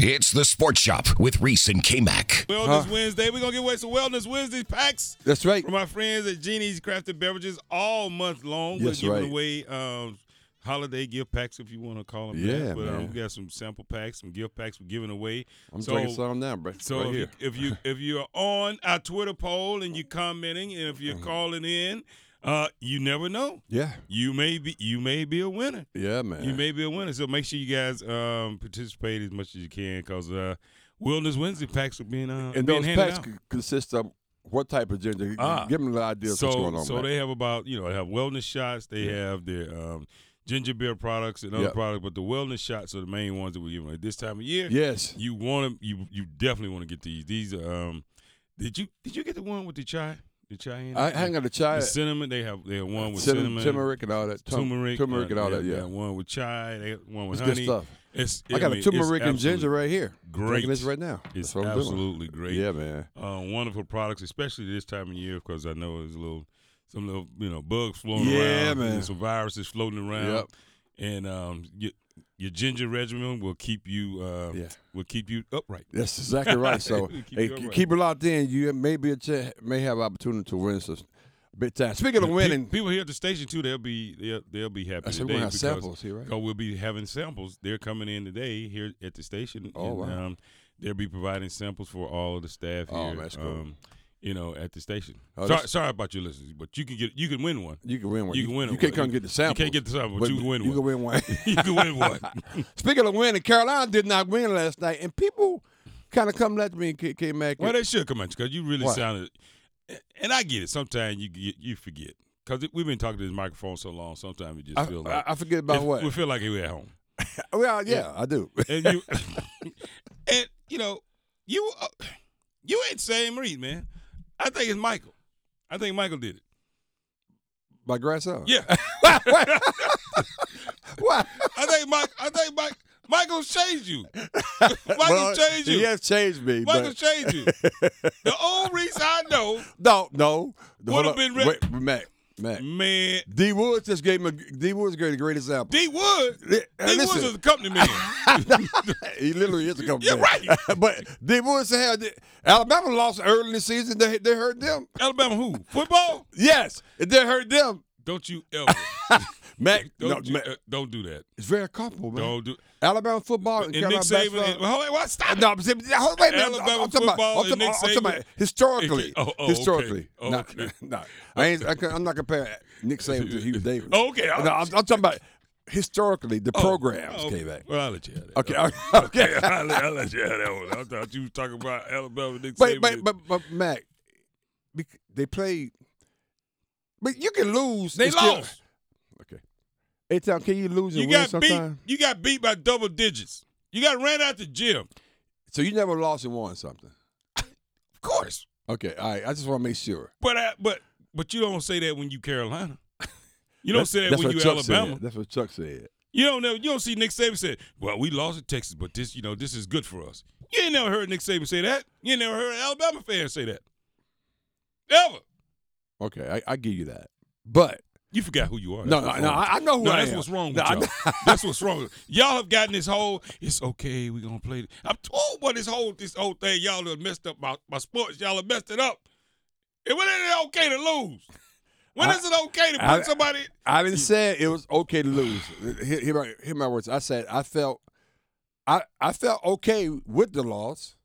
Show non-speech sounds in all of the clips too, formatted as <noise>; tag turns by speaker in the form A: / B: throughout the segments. A: It's the Sports Shop with Reese and K-Mac.
B: Wellness Wednesday. We're gonna give away some Wellness Wednesday packs
C: That's right.
B: from our friends at Genie's Crafted Beverages all month long.
C: Yes,
B: We're
C: right.
B: giving away um, holiday gift packs if you want to call them.
C: Yeah,
B: that. but Um,
C: man.
B: we got some sample packs, some gift packs we're giving away.
C: I'm
B: so,
C: drinking some now, bro.
B: So
C: right
B: if,
C: here.
B: You, if
C: <laughs>
B: you if you're on our Twitter poll and you're commenting and if you're
C: Uh-huh.
B: calling in, uh, you never know.
C: yeah.
B: You may be you may be a winner.
C: Yeah, man.
B: You may be a winner. So make sure you guys um, participate as much as you can because uh, Wellness Wednesday packs are being uh,
C: and
B: being
C: those
B: handed
C: packs
B: out.
C: c- consist of what type of ginger?
B: Ah.
C: Give them an idea of
B: so,
C: what's going on.
B: So
C: man.
B: they have about you know they have wellness shots. They have their um, ginger beer products and other
C: Yep.
B: products, but the wellness shots are the main ones that we're giving at this time of year.
C: yes.
B: You want to you you definitely want to get these. These um, did you did you get the one with the chai? The chai in it?
C: I hang on
B: the
C: to chai,
B: cinnamon. They have they have one with
C: cin-
B: cinnamon,
C: turmeric, and all that. Tum-
B: turmeric, uh,
C: turmeric, and all
B: they-
C: that.
B: they
C: Yeah,
B: have one with chai. They have one with
C: it's good
B: honey.
C: stuff.
B: It's
C: I got
B: mean,
C: a
B: it's
C: turmeric and ginger
B: absolute-
C: right here.
B: Great.
C: Drinking this right now.
B: It's
C: That's what I'm doing.
B: absolutely great
C: Yeah, man.
B: uh, wonderful products, especially this time of year, because I know there's a little some little you know bugs floating
C: Yeah,
B: around,
C: man.
B: And some viruses floating around,
C: Yep.
B: and um, your, your ginger regimen will keep you uh,
C: Yeah.
B: will keep you upright.
C: That's exactly right.
B: <laughs>
C: So
B: Keep
C: hey,
B: it
C: keep,
B: upright.
C: it locked in. You may be a ch- may have opportunity to win some big time. Speaking of
B: Pe-
C: winning,
B: people here at the station too, they'll be they'll, they'll be happy
C: I said
B: today
C: we're gonna have
B: because-
C: samples here, right?
B: because we'll be having samples. They're coming in today here at the station.
C: Oh,
B: and,
C: wow.
B: um, they'll be providing samples for all of the staff
C: Oh,
B: here.
C: that's cool.
B: um, you know, at the station.
C: Oh,
B: sorry,
C: that's-
B: sorry about your listeners, but you can get you can win one. <laughs>
C: You can win one.
B: You can win
C: You
B: one.
C: can't come get the sample.
B: You can't get the sample, but you can win
C: You
B: one.
C: can
B: <laughs>
C: win one.
B: you can win
C: <laughs>
B: one.
C: Speaking of winning, Carolina did not win last night, and people kind of come at me and K- K Mac.
B: well, they should come at you because you really
C: Why?
B: sounded. And I get it. Sometimes you get, you forget because we've been talking to this microphone so long. Sometimes it just
C: I,
B: feels
C: I-
B: like
C: I forget Uh, about
B: it-
C: what.
B: we feel like we're at home.
C: well, yeah, I do. <laughs>
B: And you <laughs> and you know you uh, you ain't saying Reed, man. I think it's Michael. I think Michael did it.
C: My grandson. <laughs>
B: Yeah, <laughs>
C: Why?
B: I think Mike. I think Mike. Michael changed
C: <laughs>
B: you. Michael
C: Well,
B: changed you.
C: He has changed me.
B: Michael
C: but
B: changed you. The only reason I know,
C: no, no. Hold
B: Would've
C: up.
B: been re-
C: Wait, Mac. Mac.
B: man,
C: D Woods just gave him a D Woods gave a great example.
B: D Wood.
C: Li-
B: D Wood
C: listen.
B: is a company
C: <laughs>
B: man.
C: he literally is a company.
B: Yeah, right.
C: <laughs> but D Woods had Alabama lost early in the season. They they hurt them.
B: Alabama who? Football?
C: Yes, it did hurt them.
B: Don't you ever.
C: Mac, <laughs> no,
B: Don't, you,
C: Mac-
B: uh, don't do that.
C: it's very comfortable, man.
B: Don't do
C: Alabama football and,
B: And Nick Saban.
C: Carolina
B: And,
C: basketball.
B: hold on, what? Stop. it.
C: no, I'm saying, hold- wait a minute. I'm- I'm,
B: Alabama
C: talking about,
B: football and
C: I'm
B: Nick
C: talking, about- I'm talking
B: Saban.
C: about historically.
B: <laughs> Oh, oh, okay.
C: historically.
B: Oh,
C: No, <laughs>
B: okay.
C: no. I ain't, I, can't- I'm not comparing Nick Saban to Hugh Davis.
B: <laughs> Okay. I'll-
C: No, I'm, I'm talking about historically the programs
B: Oh,
C: came back.
B: Well, I'll let you have that.
C: Okay, <laughs> okay.
B: <laughs> I'll, let- I'll let you have that one. I thought you were talking about Alabama, Nick
C: But,
B: Saban.
C: but, but, but, Mac, bec- they played. But you can lose.
B: they
C: and still-
B: lost.
C: Okay. Hey, Tom, can you lose and
B: you
C: win
B: got beat.
C: sometime?
B: You got beat by double digits. You got ran out the gym.
C: So you never lost and won something.
B: Of course.
C: Okay, all right. I just want to make sure.
B: But I, but but you don't say that when you
C: <laughs>
B: Carolina. You don't say that
C: That's
B: when
C: what
B: you
C: Chuck
B: Alabama.
C: Said. That's what Chuck said.
B: You don't know. You don't see Nick Saban say, "Well, we lost to Texas, but this, you know, this is good for us." You ain't never heard Nick Saban say that. You ain't never heard an Alabama fan say that. Ever.
C: Okay, I, I give you that. But
B: You forgot who you are.
C: no,
B: Oh, That's what's
C: no, no.
B: wrong.
C: I, I know <laughs> who
B: No,
C: I
B: that's
C: am.
B: what's wrong with
C: No, I-
B: y'all. that's what's wrong. with- Y'all have gotten this whole. It's okay. We gonna play. I'm told about this whole this whole thing. Y'all have messed up my, my sports. Y'all have messed it up. And when is it okay to lose? When
C: I-
B: is it okay to put
C: I-
B: somebody?
C: I didn't say it was okay to lose. Hear, hear my, hear my words. I said I felt, I I felt okay with the loss,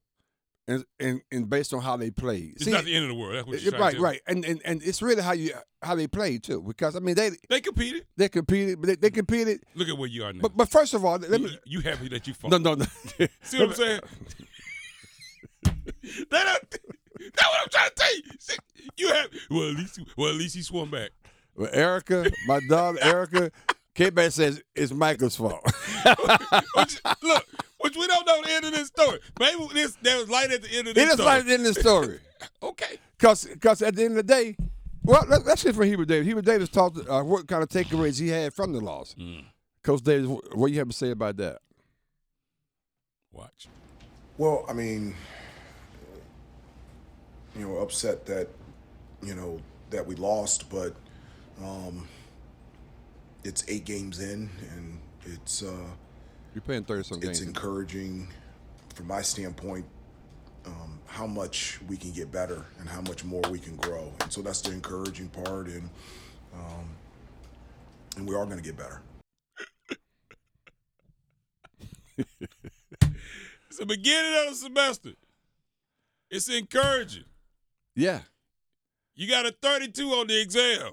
C: and and, and based on how they played.
B: It's not the end of the world. That's what
C: it-
B: you're trying
C: right,
B: to tell me.
C: right, and, and and it's really how you how they played too, because I mean they
B: They competed.
C: they competed, but they, they competed.
B: Look at where you are now.
C: But but first of all, let
B: you,
C: me
B: you happy that you fought?
C: no no no.
B: <laughs> See what I'm
C: <laughs>
B: saying? that, that, that's what I'm trying to tell you. See, you have well at least well at least he swung back.
C: Well, Erica, my daughter Erica, K. Bat says it's Michael's
B: <laughs>
C: fault.
B: Which, look, which we don't know the end of this story. Maybe this there was light at the end of this
C: It is
B: story.
C: like in the story.
B: okay.
C: Cause, cause at the end of the day, well, let, let's hear from Hubert Davis. Hubert Davis talked uh, what kind of takeaways he had from the loss.
B: Mm.
C: Coach Davis, wh- what you have to say about that?
B: Watch.
D: Well, I mean, you know, upset that you know that we lost, but um, it's eight games in, and it's uh,
C: You're playing thirty some
D: it's
C: games.
D: encouraging from my standpoint, um, how much we can get better and how much more we can grow. And so that's the encouraging part, and um, and we are going to get better.
B: It's the beginning of the semester. It's encouraging.
C: Yeah.
B: You got a 32 on the exam.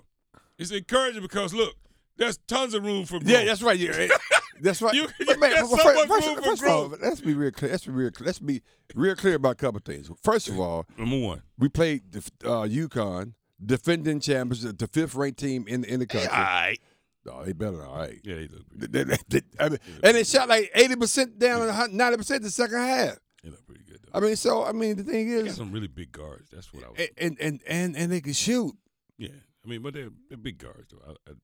B: It's encouraging because look, there's tons of room for growth.
C: Yeah, that's right. Yeah, eh, <laughs> that's right.
B: You-
C: But <laughs> man,
B: there's
C: well,
B: so
C: fir-
B: much
C: first,
B: room for
C: first of all,
B: growth.
C: let's be real clear. Let's be real clear. Let's be real clear about a couple of things. First of all,
B: number one.
C: we played def- uh, UConn, defending champions, the fifth-ranked team in in the country. No, they better all right.
B: Yeah, he look pretty.
C: They- they- they- I mean, and they shot like eighty percent down, ninety percent the second half.
B: He look pretty good though.
C: I mean, so I mean, the thing
B: They got
C: is,
B: some really big guards. That's what I was.
C: a- and and and and they can shoot.
B: yeah, I mean, but they're, they're big guards though. I, I,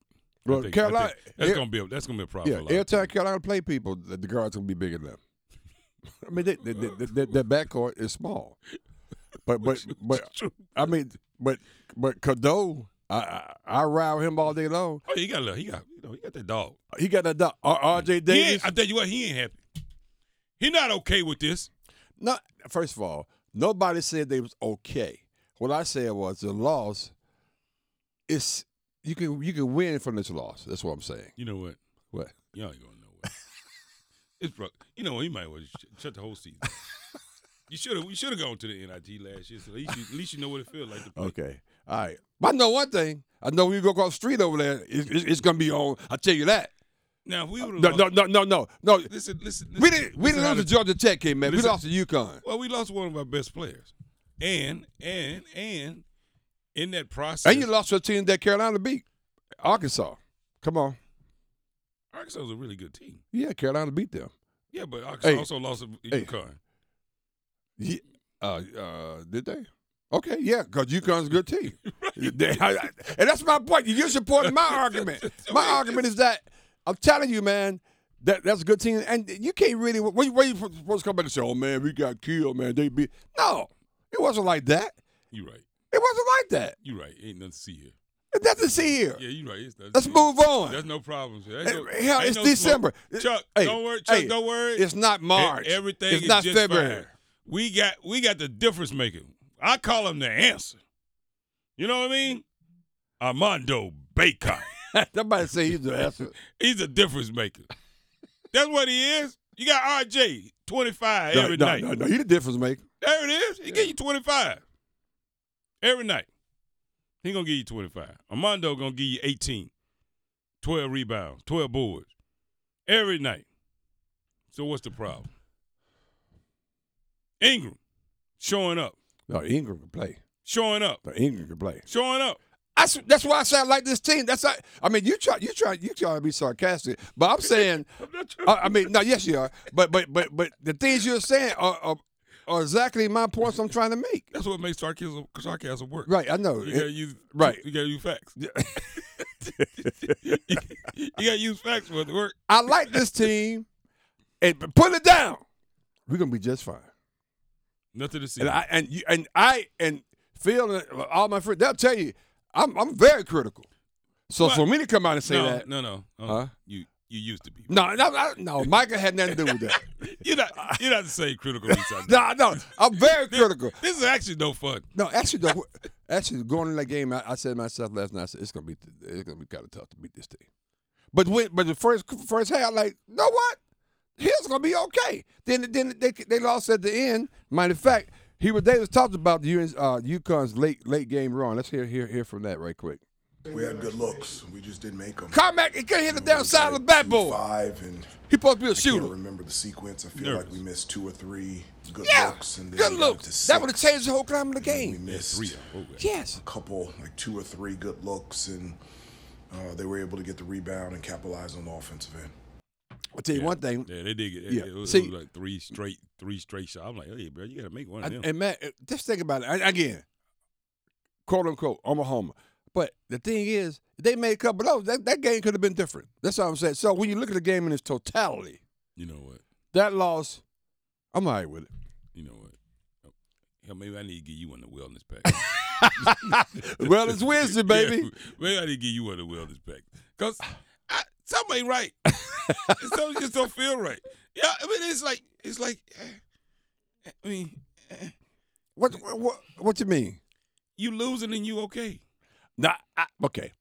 C: Well,
B: I think,
C: Carolina-
B: I think that's
C: yeah.
B: gonna be a, that's gonna be a problem.
C: Yeah,
B: for a lot
C: every
B: of teams.
C: time Carolina play people, the, the guards gonna be bigger than them. <laughs> I mean, they, they, they, they,
B: <laughs>
C: their backcourt is small, but but but
B: True.
C: I mean, but but Cadeau, I I, I rile him all day long.
B: Oh, he got a little- he got you know he got that dog.
C: He got that dog, R- R.J.
B: He
C: Davis.
B: ain't, I tell you what, he ain't happy. He not okay with this.
C: no, first of all, nobody said they was okay. What I said was the loss. It's you can you can win from this loss. That's what I'm saying.
B: You know what?
C: What?
B: Y'all ain't going <laughs> nowhere. it's bro- you know what? You might well sh- shut the whole season. you should have. We should have gone to the NIT last year. So at least you, at least you know what it feels like. To play.
C: Okay. All right. But I know one thing. I know when you go across the street over there, it's, it's, it's gonna be on. I tell you that.
B: <laughs> Now if we would have
C: No,
B: lost.
C: no, no, no, no, no.
B: Listen, listen.
C: We
B: listen-
C: didn't. We
B: listen
C: didn't
B: how
C: lose to
B: the-
C: Georgia Tech, kid, man. We
B: Listen-
C: lost to UConn.
B: Well, we lost one of our best players, and and and in that process,
C: And you lost to a team that Carolina beat, Arkansas. Come on.
B: Arkansas was a really good team.
C: Yeah, Carolina beat them.
B: Yeah, but Arkansas
C: Hey.
B: also lost to
C: Hey.
B: UConn.
C: Yeah. Uh, uh, did they? Okay, yeah, because UConn's a
B: <laughs>
C: good team. They- I- I- and that's my point. You're supporting my argument. My argument is that I'm telling you, man, that that's a good team. And you can't really, where, where you supposed to come back and say, oh, man, we got killed, man. They beat. No, it wasn't like that.
B: You right.
C: It wasn't like that.
B: You right. Ain't nothing to see here.
C: It doesn't see here.
B: Yeah, you right. It's nothing to
C: Let's
B: see.
C: move on.
B: There's no problems. There ain't
C: Hey,
B: no-
C: hell,
B: ain't
C: it's
B: no
C: December.
B: smoke. Chuck,
C: Hey,
B: don't worry. Chuck,
C: hey,
B: don't worry.
C: It's not
B: E-
C: March.
B: Everything
C: It's
B: is
C: not
B: just
C: February.
B: fine. We got we got the difference maker. I call him the answer. You know what I mean? Armando Baker.
C: <laughs> Somebody say he's the answer.
B: <laughs> He's a difference maker. That's what he is. You got RJ, 25 <laughs>
C: No,
B: every
C: no,
B: night.
C: no, no, He the difference maker.
B: There it is. He give you 25 every night. He gonna give you 25. Armando gonna give you 18, 12 rebounds, 12 boards every night. So what's the problem? Ingram showing up,
C: No, Ingram can play.
B: showing up,
C: No, Ingram can play.
B: showing up.
C: That's that's why I say I like this team. That's not, I mean, you try you try you try to be sarcastic, but I'm saying, I, I mean, no, yes you are, but but but but the things you're saying are are, are exactly my points I'm trying to make.
B: That's what makes sarcasm sarcasm work.
C: Right, I know.
B: You gotta use
C: right.
B: You gotta use facts. <laughs> you gotta use facts for it to work.
C: I like this team, and but put it down. We're gonna be just fine.
B: Nothing to see.
C: And I and you and I and Phil and all my friends, they'll tell you, I'm I'm very critical. So
B: Well,
C: for me to come out and say
B: no,
C: that,
B: no, no, no.
C: Huh?
B: You you used to be. <laughs>
C: no, no, no, no, Michael had nothing to do with that. <laughs>
B: You're not you're not the same critical research.
C: No, no, I'm very critical.
B: This is actually no fun.
C: No, actually, though, actually going in that game, I, I said to myself last night, I said, it's gonna be, it's gonna be kind of tough to beat this team. But when, but the first first half, like, you know what? Hill's gonna be okay. Then then they they lost at the end. Matter of fact, Hubert Davis talked about the UN uh, UConn's late late game run. Let's hear hear hear from that right quick.
D: We had good looks. We just didn't make them.
C: Carmack, he couldn't hit the damn side of the backboard.
D: Five and
C: He supposed to be a
D: I can't
C: shooter.
D: remember the sequence. I feel like
B: Nervous.
D: we missed two or three good
C: Yeah,
D: looks, and then
C: good
D: we got
C: look.
D: to six.
C: That would have changed the whole climate of the
D: and We
C: game.
D: missed
B: Three. Oh, okay.
C: Yes.
D: a couple, like two or three good looks, and uh, they were able to get the rebound and capitalize on the offensive end.
C: I'll tell you one thing.
B: Yeah, they did. Get,
C: Yeah.
B: yeah. It was,
C: See-
B: it was like three straight, three straight shots. I'm like, hey, bro, you gotta make one of them.
C: And, and Matt, uh, just think about it I- again, quote unquote, I'm a homer. But the thing is, if they made a couple of those. That, that game could have been different. That's all I'm saying. So when you look at the game in its totality,
B: you know what?
C: that loss, I'm all right with it.
B: You know what? Oh, Hell, maybe I need to give you one of the
C: <laughs>
B: wellness pack. <laughs>
C: well, it's Wednesday, baby.
B: maybe I need to give you one of the wellness pack. Cause I,
C: <laughs>
B: something ain't right. something just don't feel right. Yeah, I mean, it's like it's like eh, I mean,
C: What what what you mean?
B: you losing and you okay.
C: Now, I, okay.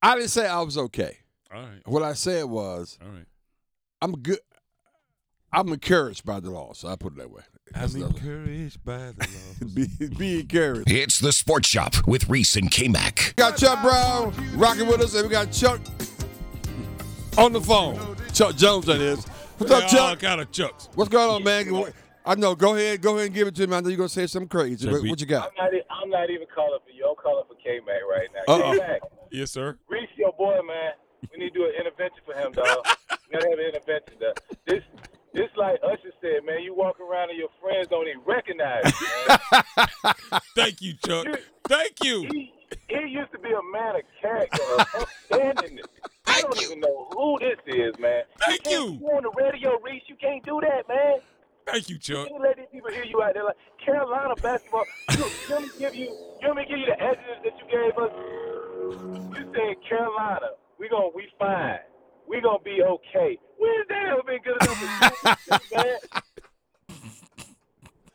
C: I didn't say I was okay.
B: All right.
C: What I said was
B: All right.
C: I'm good. I'm encouraged by the law, so I put it that way. That's another-
B: encouraged by the law.
C: <laughs> be, be encouraged.
A: It's the Sports Shop with Reese and K Mac.
C: We got Chuck Brown rocking with us, and we got Chuck on the phone. Chuck Jones, that is. What's
B: They
C: up,
B: all
C: Chuck?
B: kind of chucks.
C: What's going on, man? I know. Go ahead. Go ahead and give it to me. I know you're gonna say something crazy. What, what you got?
E: I'm not, e- I'm not even calling for you. I'm calling for K Mac right now.
C: Uh-oh.
E: K Mac,
B: Yes, sir.
E: Reese, your boy, man. We need to do an intervention for him, dog. we gotta have an intervention, dog. This, this, like Usher said, man. You walk around and your friends don't even recognize you. Man.
B: Thank you, Chuck. Thank you.
E: he, he used to be a man of character, of upstandingness. I don't even know who this is, man.
B: Thank
E: can't
B: you.
E: go on the radio, Reese. You can't do that, man.
B: Thank you, Chuck.
E: You let these people hear you out there like Carolina basketball. You, let me give you, you let me give you the adjectives that you gave us. You said Carolina, we gonna we fine, we gonna be okay. When's that ever been good enough?
C: <laughs>
E: For you, man? I,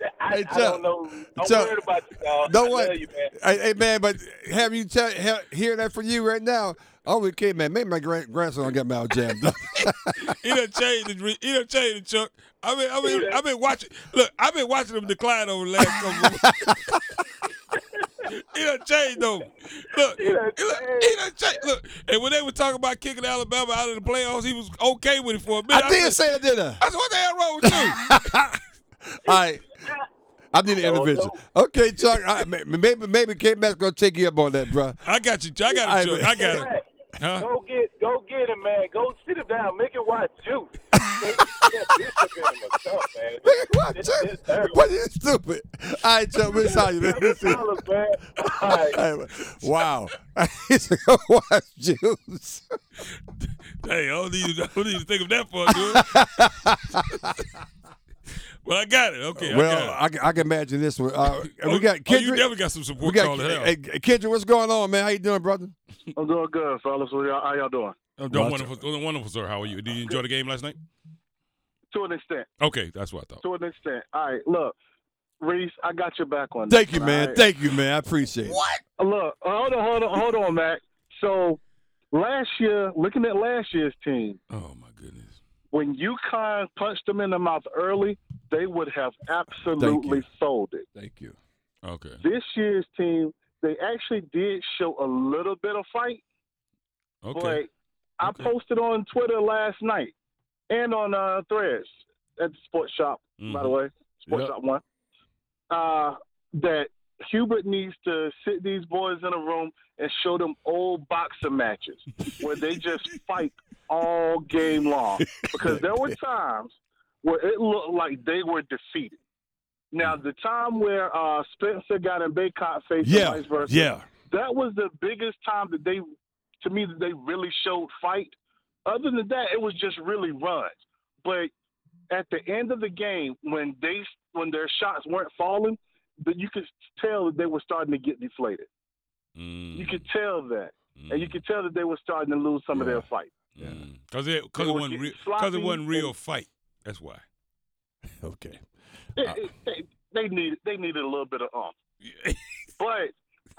C: Hey,
E: I don't
C: Chuck.
E: know. I'm
C: Chuck.
E: worried about you, dog.
C: No
E: I
C: what?
E: tell You, man.
C: Hey, hey, man, but have you tell, have, hear that from you right now? Oh, we can't, man. Maybe my grand, grandson will get my mouth jammed up.
B: He done changed it. Re- He done changed it, Chuck. I mean, I mean, I've been watching. Look, I've been watching him decline over the last couple. of <laughs> He done changed over. Look, he done,
E: done
B: he done changed. Look, and when they were talking about kicking Alabama out of the playoffs, he was okay with it for a minute.
C: I
B: said,
C: did say it, didn't I?
B: I said, what the hell wrong with
C: <laughs>
B: you?
C: All right. I need an intervention. Okay, Chuck. I, may- maybe maybe K Matt's gonna take you up on that, <laughs> bro.
B: I got you, Chuck. I got it, Chuck. I got it.
E: Right.
C: <laughs>
B: Huh?
E: Go get, go get him, man. Go sit him down, make him watch juice.
C: <laughs>
E: Make him get Bishop in him or something, man.
C: what,
E: This-
C: Chuck?
E: this terrible.
C: What you stupid? All right, Chuck. We'll saw you.
E: Tell us,
C: That's it.
E: man.
C: <laughs>
E: All right.
C: All right. Wow. <laughs> He's like, what juice?
B: Hey, I don't need, I don't need to think of that for a dude. <laughs> well, I got it. Okay, I
C: Well,
B: got it.
C: I, can- I can imagine this one. Uh,
B: Oh,
C: we got
B: oh, you
C: Kendrick.
B: definitely got some
C: we
B: support
C: got
B: calling out.
C: hey, Kendrick. What's going on, man? How you doing, brother?
F: I'm doing good, fellas. What y'all, how y'all doing?
B: I'm
C: Watch
B: doing wonderful, doing wonderful, sir. How are you? Did you enjoy the game last night?
F: To an extent.
B: Okay, that's what I thought.
F: To an extent. All right, look, Reese, I got your back on.
C: Thank
F: this,
C: you,
F: all
C: man.
F: right?
C: Thank you, man. I appreciate it.
F: look, hold on, hold on, hold on, Mac. So last year, looking at last year's team,
B: Oh my goodness.
F: when UConn punched them in the mouth early, they would have absolutely
C: you.
F: folded.
C: Thank you.
B: Okay.
F: This year's team, they actually did show a little bit of fight,
B: Okay.
F: but I
B: Okay.
F: posted on Twitter last night and on uh, Threads at the Sports Shop. by the
B: Mhm.
F: way, Sports
C: Mm-hmm. Yep.
F: Shop One, uh, that Hubert needs to sit these boys in a room and show them old boxing matches where they just
C: <laughs>
F: fight all game long. Because
C: <laughs>
F: there were times where it looked like they were defeated. Now, the time where uh, Spencer got in Baycott face
C: Yeah.
F: and vice versa,
C: Yeah.
F: that was the biggest time that they, to me, that they really showed fight. Other than that, it was just really runs. But at the end of the game, when they when their shots weren't falling, that you could tell that they were starting to get deflated.
B: Mm,
F: You could tell that,
B: mm,
F: and you could tell that they were starting to lose some of
C: Yeah.
F: their fight.
B: mm. Cause it, cause
F: They
B: it
F: were
B: wasn't real,
F: getting
B: cause it
F: sloppy
B: wasn't real
F: and-
B: fight. That's
F: <laughs>
B: why.
C: Okay. Uh,
F: It- it- they, they needed they needed a little bit of ump.
B: Yeah.
F: But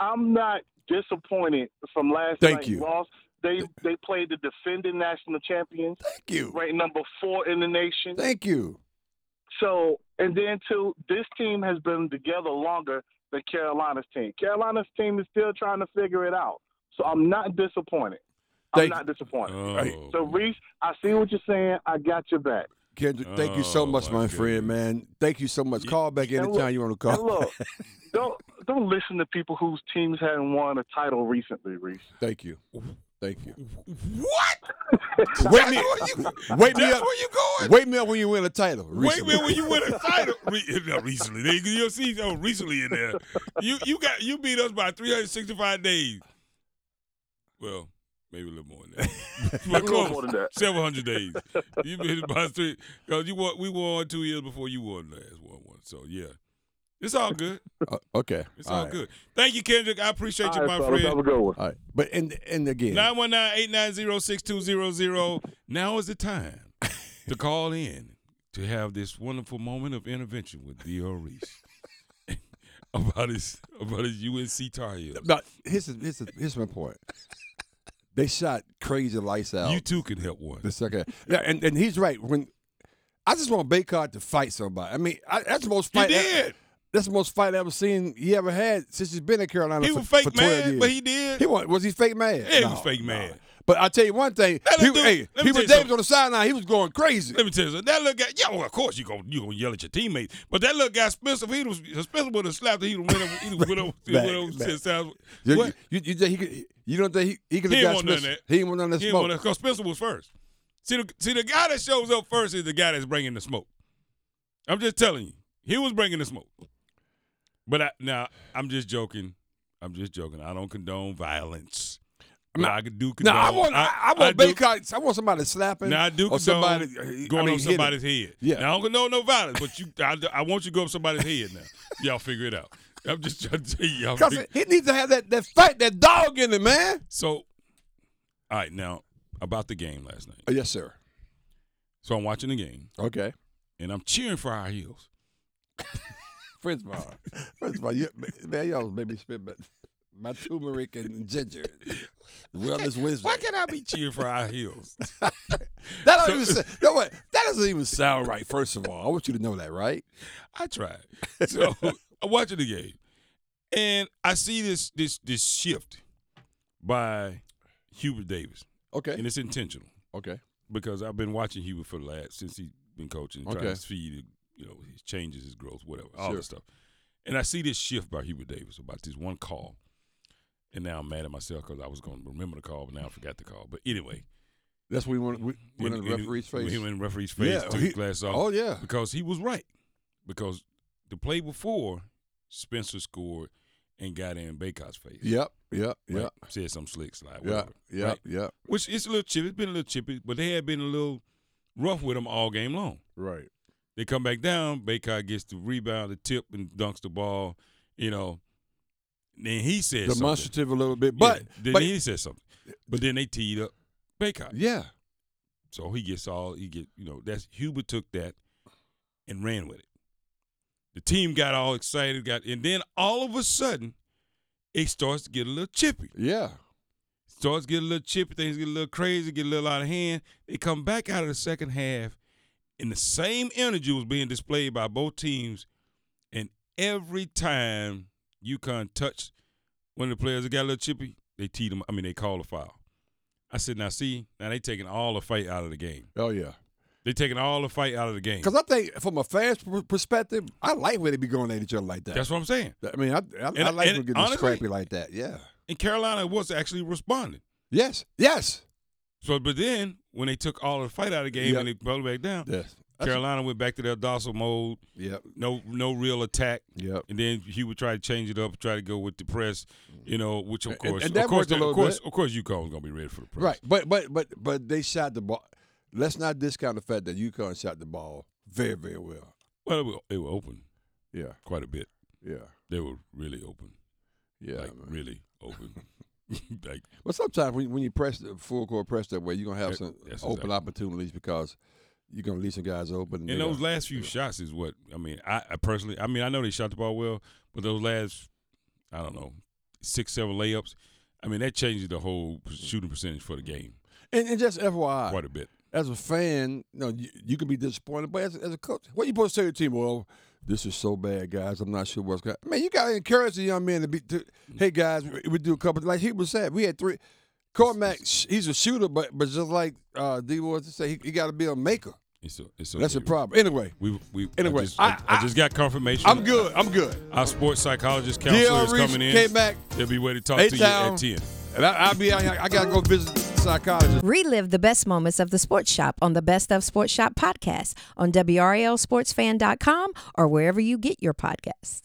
F: I'm not disappointed from last
C: Thank
F: night's
C: you.
F: loss. They they played the defending national champions,
C: Thank you.
F: ranked number four in the nation.
C: Thank you.
F: So, and then too, this team has been together longer than Carolina's team. Carolina's team is still trying to figure it out. So I'm not disappointed. I'm
C: Thank-
F: not disappointed.
B: Oh.
F: so Reese, I see what you're saying. I got your back.
C: Kendrick, thank you so
B: Oh,
C: much,
B: my
C: my friend, man. Thank you so much. Call back
F: And
C: anytime
F: look-
C: you want to
F: And
C: call.
F: look, <laughs> don't don't listen to people whose teams haven't won a title recently, Reese.
C: Thank you. Thank you.
F: <laughs>
B: what?
C: Wake me, wake me
B: That's
C: up.
B: where you going?
C: Wake me up when you win a title.
B: Wait a
C: recently.
B: minute, when you win a
F: <laughs>
B: title re- <laughs> not recently, they, you'll see oh, recently in there. You you got you beat us by 365 days. Well, maybe a little more than
F: <laughs>
B: that. but
F: A little
B: close,
F: more than that.
B: several hundred
F: <laughs>
B: days. You beat us by three because you won, we won two years before you won last one one. So yeah, it's all good.
C: Uh, okay.
B: It's all, good. Thank you, Kendrick. I appreciate you,
F: All
B: my
F: right, fellas, have
B: friend.
F: a good one.
C: All right. But and and again, <laughs>
B: 919-890-6200. Now is the time to call in. to have this wonderful moment of intervention with D.R.
C: <laughs>
B: Reese about his about his UNC Tar Heels.
C: But here's the- here's the- here's my point. <laughs> They shot crazy lights out.
B: You too can help one.
C: the second. Yeah, and, and he's right. When I just want Baycott to fight somebody. I mean, I, that's the most
B: He
C: fight.
B: did.
C: that's the most fight I ever seen he ever had since he's been in Carolina.
B: He
C: for,
B: was fake
C: for 12
B: mad,
C: years.
B: but he did.
C: He was, was he fake mad?
B: Yeah, he was fake mad.
C: But I tell you one thing.
B: That
C: He,
B: dude-
C: hey,
B: let me tell
C: he
B: you
C: was Davis
B: something.
C: on the sideline. He was going crazy.
B: Let me tell you something. That little guy, yeah, well, of course you gonna you gonna yell at your teammates, but that little guy Spencer, if he was if Spencer would have slapped, him, he'd have went over, he'd have went over, he'd have
C: <laughs>
B: went over
C: Back,
B: six times.
C: You,
B: What?
C: you, you, think he could, you don't think he, he could
B: He
C: have
B: ain't want
C: got
B: none of
C: Smith-
B: that.
C: He didn't want none of that
B: He
C: smoke.
B: wanna, cause Spencer was first. See the see the guy that shows up first is the guy that's bringing the smoke. I'm just telling you, he was bringing the smoke. But I, now I'm just joking. I'm just joking. I don't condone violence. But I could do
C: no,
B: condone.
C: I want I, I
B: I
C: want
B: do-
C: Baycott. I want somebody slapping.
B: Now I do
C: or
B: condone
C: somebody
B: going
C: I mean,
B: on
C: hitting.
B: somebody's head.
C: Yeah.
B: Now, I don't condone no violence, but you, I, I want you to go up somebody's head now. Y'all figure it out. I'm just trying to tell you. Y'all
C: Cause
B: figure-
C: he needs to have that, that fight, that dog in him, man.
B: so, all right, now about the game last night.
C: Oh, yes, sir.
B: So I'm watching the game
C: Okay.
B: and I'm cheering for our
C: <laughs>
B: heels.
C: First of all, <laughs> first of all, you, man, y'all made me spit my, my turmeric and ginger. Wellness Wednesday.
B: Why can't I be cheering for our heels?
C: That don't even say, no, what, that doesn't even sound right. First of all, I want you to know that, right?
B: I tried. So <laughs> I'm watching the game, and I see this this this shift by Hubert Davis,
C: Okay.
B: and it's intentional.
C: Okay.
B: because I've been watching Hubert for the last since he's been coaching,
C: Okay.
B: trying to see you know his changes, his growth, whatever, all
C: Sure.
B: this stuff. And I see this shift by Hubert Davis about this one call, and now I'm mad at myself because I was going to remember the call, but now I forgot the call. But anyway,
C: That's what we want. We, we
B: and-
C: in the
B: and-
C: referee's face.
B: He went in the referee's face,
C: Yeah,
B: took
C: he-
B: the glass off.
C: oh yeah.
B: because he was right. Because the play before Spencer scored and got in Baycott's face.
C: Yep. Yep.
B: right?
C: Yep.
B: said some slick slide.
C: Yep.
B: whatever,
C: Yep.
B: right?
C: Yep.
B: Which it's a little chippy. It's been a little chippy, but they had been a little rough with him all game long.
C: Right.
B: They come back down. Baycott gets the rebound, the tip, and dunks the ball. You know, then he says something.
C: Demonstrative a little bit,
B: Yeah,
C: but
B: then
C: but
B: he says something. But then they teed up Baycott,
C: yeah.
B: so he gets all he get. You know, that's Huber took that and ran with it. The team got all excited, got, and then all of a sudden, it starts to get a little chippy.
C: Yeah.
B: Starts getting a little chippy, things get a little crazy, get a little out of hand. They come back out of the second half, and the same energy was being displayed by both teams. And every time UConn touched one of the players that got a little chippy, they teed them. I mean, they called a foul. I said, now see, now they taking all the fight out of the game.
C: Oh yeah.
B: They taking all the fight out of the game.
C: Because I think from a fan's per- perspective, I like when they be going at each other like that.
B: That's what I'm saying.
C: I mean, I, I, I
B: And-
C: like
B: and
C: them getting
B: honestly-
C: scrappy like that. Yeah.
B: And Carolina was actually responding.
C: Yes. Yes.
B: So, but then when they took all the fight out of the game
C: Yep.
B: and they brought it back down,
C: Yes.
B: Carolina went back to their docile mode.
C: Yep.
B: no no real attack.
C: Yep.
B: And then he would try to change it up, try to go with the press, you know, which of
C: And- and
B: course,
C: that
B: of course,
C: worked a little
B: of course,
C: bit.
B: of course, UConn was gonna be ready for the press.
C: Right. But but but but they shot the ball. Let's not discount the fact that UConn shot the ball very very well.
B: Well, they were, they were open
C: Yeah.
B: quite a bit.
C: Yeah.
B: They were really open,
C: Yeah.
B: like
C: man.
B: really open. <laughs> like
C: But sometimes when, when you press the full court press that way, you're gonna have
B: That-
C: some
B: that's
C: open
B: exactly-
C: opportunities because you're gonna leave some guys open.
B: and those last few shots is what I mean. I, I personally, I mean, I know they shot the ball well, but those last, I don't know, six seven layups. I mean, that changes the whole shooting percentage for the game
C: and, and just FYI,
B: quite a bit.
C: as a fan, you, know, you, you can be disappointed, but as, as a coach, what you supposed to say to the team? Well, this is so bad, guys. I'm not sure what's going. Man, you gotta encourage the young men to be. To, hey, guys, we, we do a couple. Like he was saying, we had three. Cormac, sh- he's a shooter, but but just like uh, D was to say, he, he got to be a maker.
B: It's a, it's
C: That's the
B: okay.
C: problem. Anyway,
B: We we
C: Anyway,
B: I just, I,
C: I-
B: I just got confirmation.
C: I'm good. I'm good.
B: Our sports psychologist
C: D.L.
B: counselor is
C: Reese
B: coming in.
C: came back.
B: They'll be ready to talk
C: A-Town.
B: to you at 10.
C: And I, I'll be out here. I gotta go visit the psychologist.
G: Relive the best moments of the Sports Shop on the Best of Sports Shop podcast on WRLSportsFan.com or wherever you get your podcasts.